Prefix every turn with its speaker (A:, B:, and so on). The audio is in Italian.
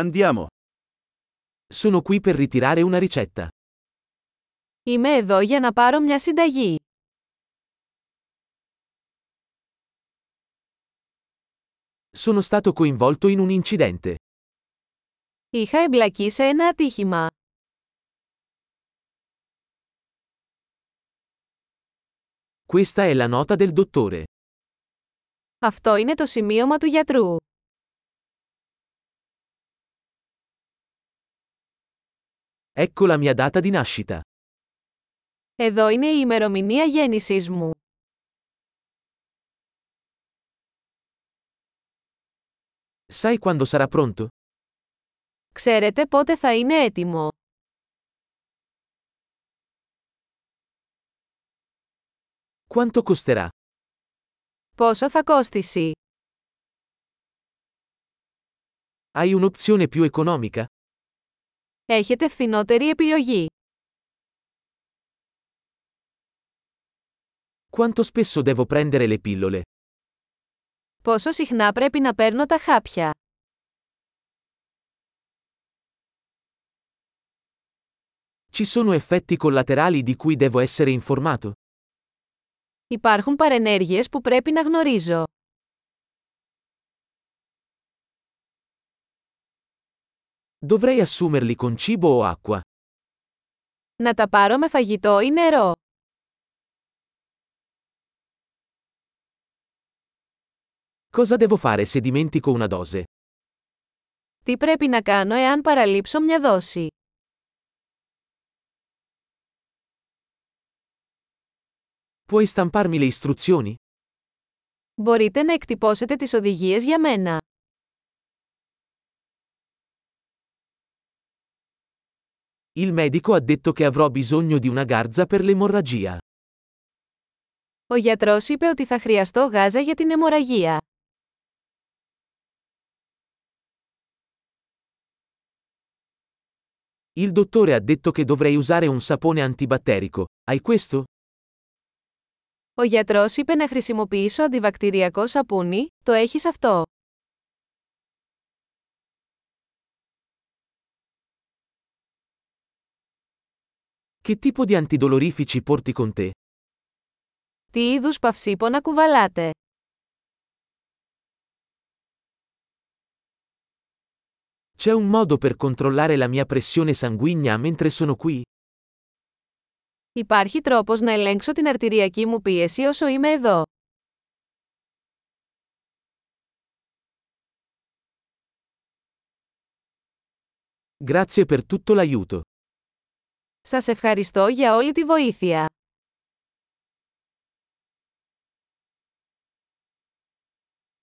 A: Andiamo. Sono qui per ritirare una ricetta.
B: Είμαι εδώ για να πάρω μια συνταγή.
A: Sono stato coinvolto in un incidente.
B: Είχα εμπλακεί σε ένα ατύχημα.
A: Questa è la nota del dottore.
B: Αυτό είναι το σημείωμα του γιατρού.
A: Ecco la mia data di nascita.
B: Εδώ είναι η ημερομηνία γέννησής μου.
A: Sai quando sarà pronto?
B: Ξέρετε πότε θα είναι έτοιμο.
A: Quanto costerà?
B: Πόσο θα κόστησει.
A: Hai un'opzione più economica?
B: Έχετε φθηνότερη επιλογή.
A: Quanto spesso devo prendere le pillole?
B: Πόσο συχνά πρέπει να παίρνω τα χάπια.
A: Ci sono effetti collaterali di cui devo essere informato?
B: Υπάρχουν παρενέργειες που πρέπει να γνωρίζω.
A: Dovrei assumerli con cibo o acqua?
B: Να τα πάρω με φαγητό ή νερό.
A: Cosa devo fare se dimentico una dose?
B: Τι πρέπει να κάνω εάν παραλείψω μια δόση.
A: Puoi stamparmi le istruzioni?
B: Μπορείτε να εκτυπώσετε τις οδηγίες για μένα.
A: Il medico ha detto che avrò bisogno di una garza per l'emorragia.
B: Ο γιατρός είπε ότι θα χρειαστώ γάζα για την αιμορραγία.
A: Il dottore ha detto che dovrei usare un sapone antibatterico. Hai questo?
B: Ο γιατρός είπε να χρησιμοποιήσω αντιβακτηριακό σαπούνι, το έχεις αυτό.
A: Che tipo di antidolorifici porti con te?
B: Τι είδους παυσίπονα κουβαλάτε.
A: C'è un modo per controllare la mia pressione sanguigna mentre sono qui?
B: Υπάρχει τρόπος να ελέγξω την αρτηριακή μου πίεση όσο είμαι εδώ.
A: Grazie per tutto l'aiuto.
B: Σας ευχαριστώ για όλη τη βοήθεια.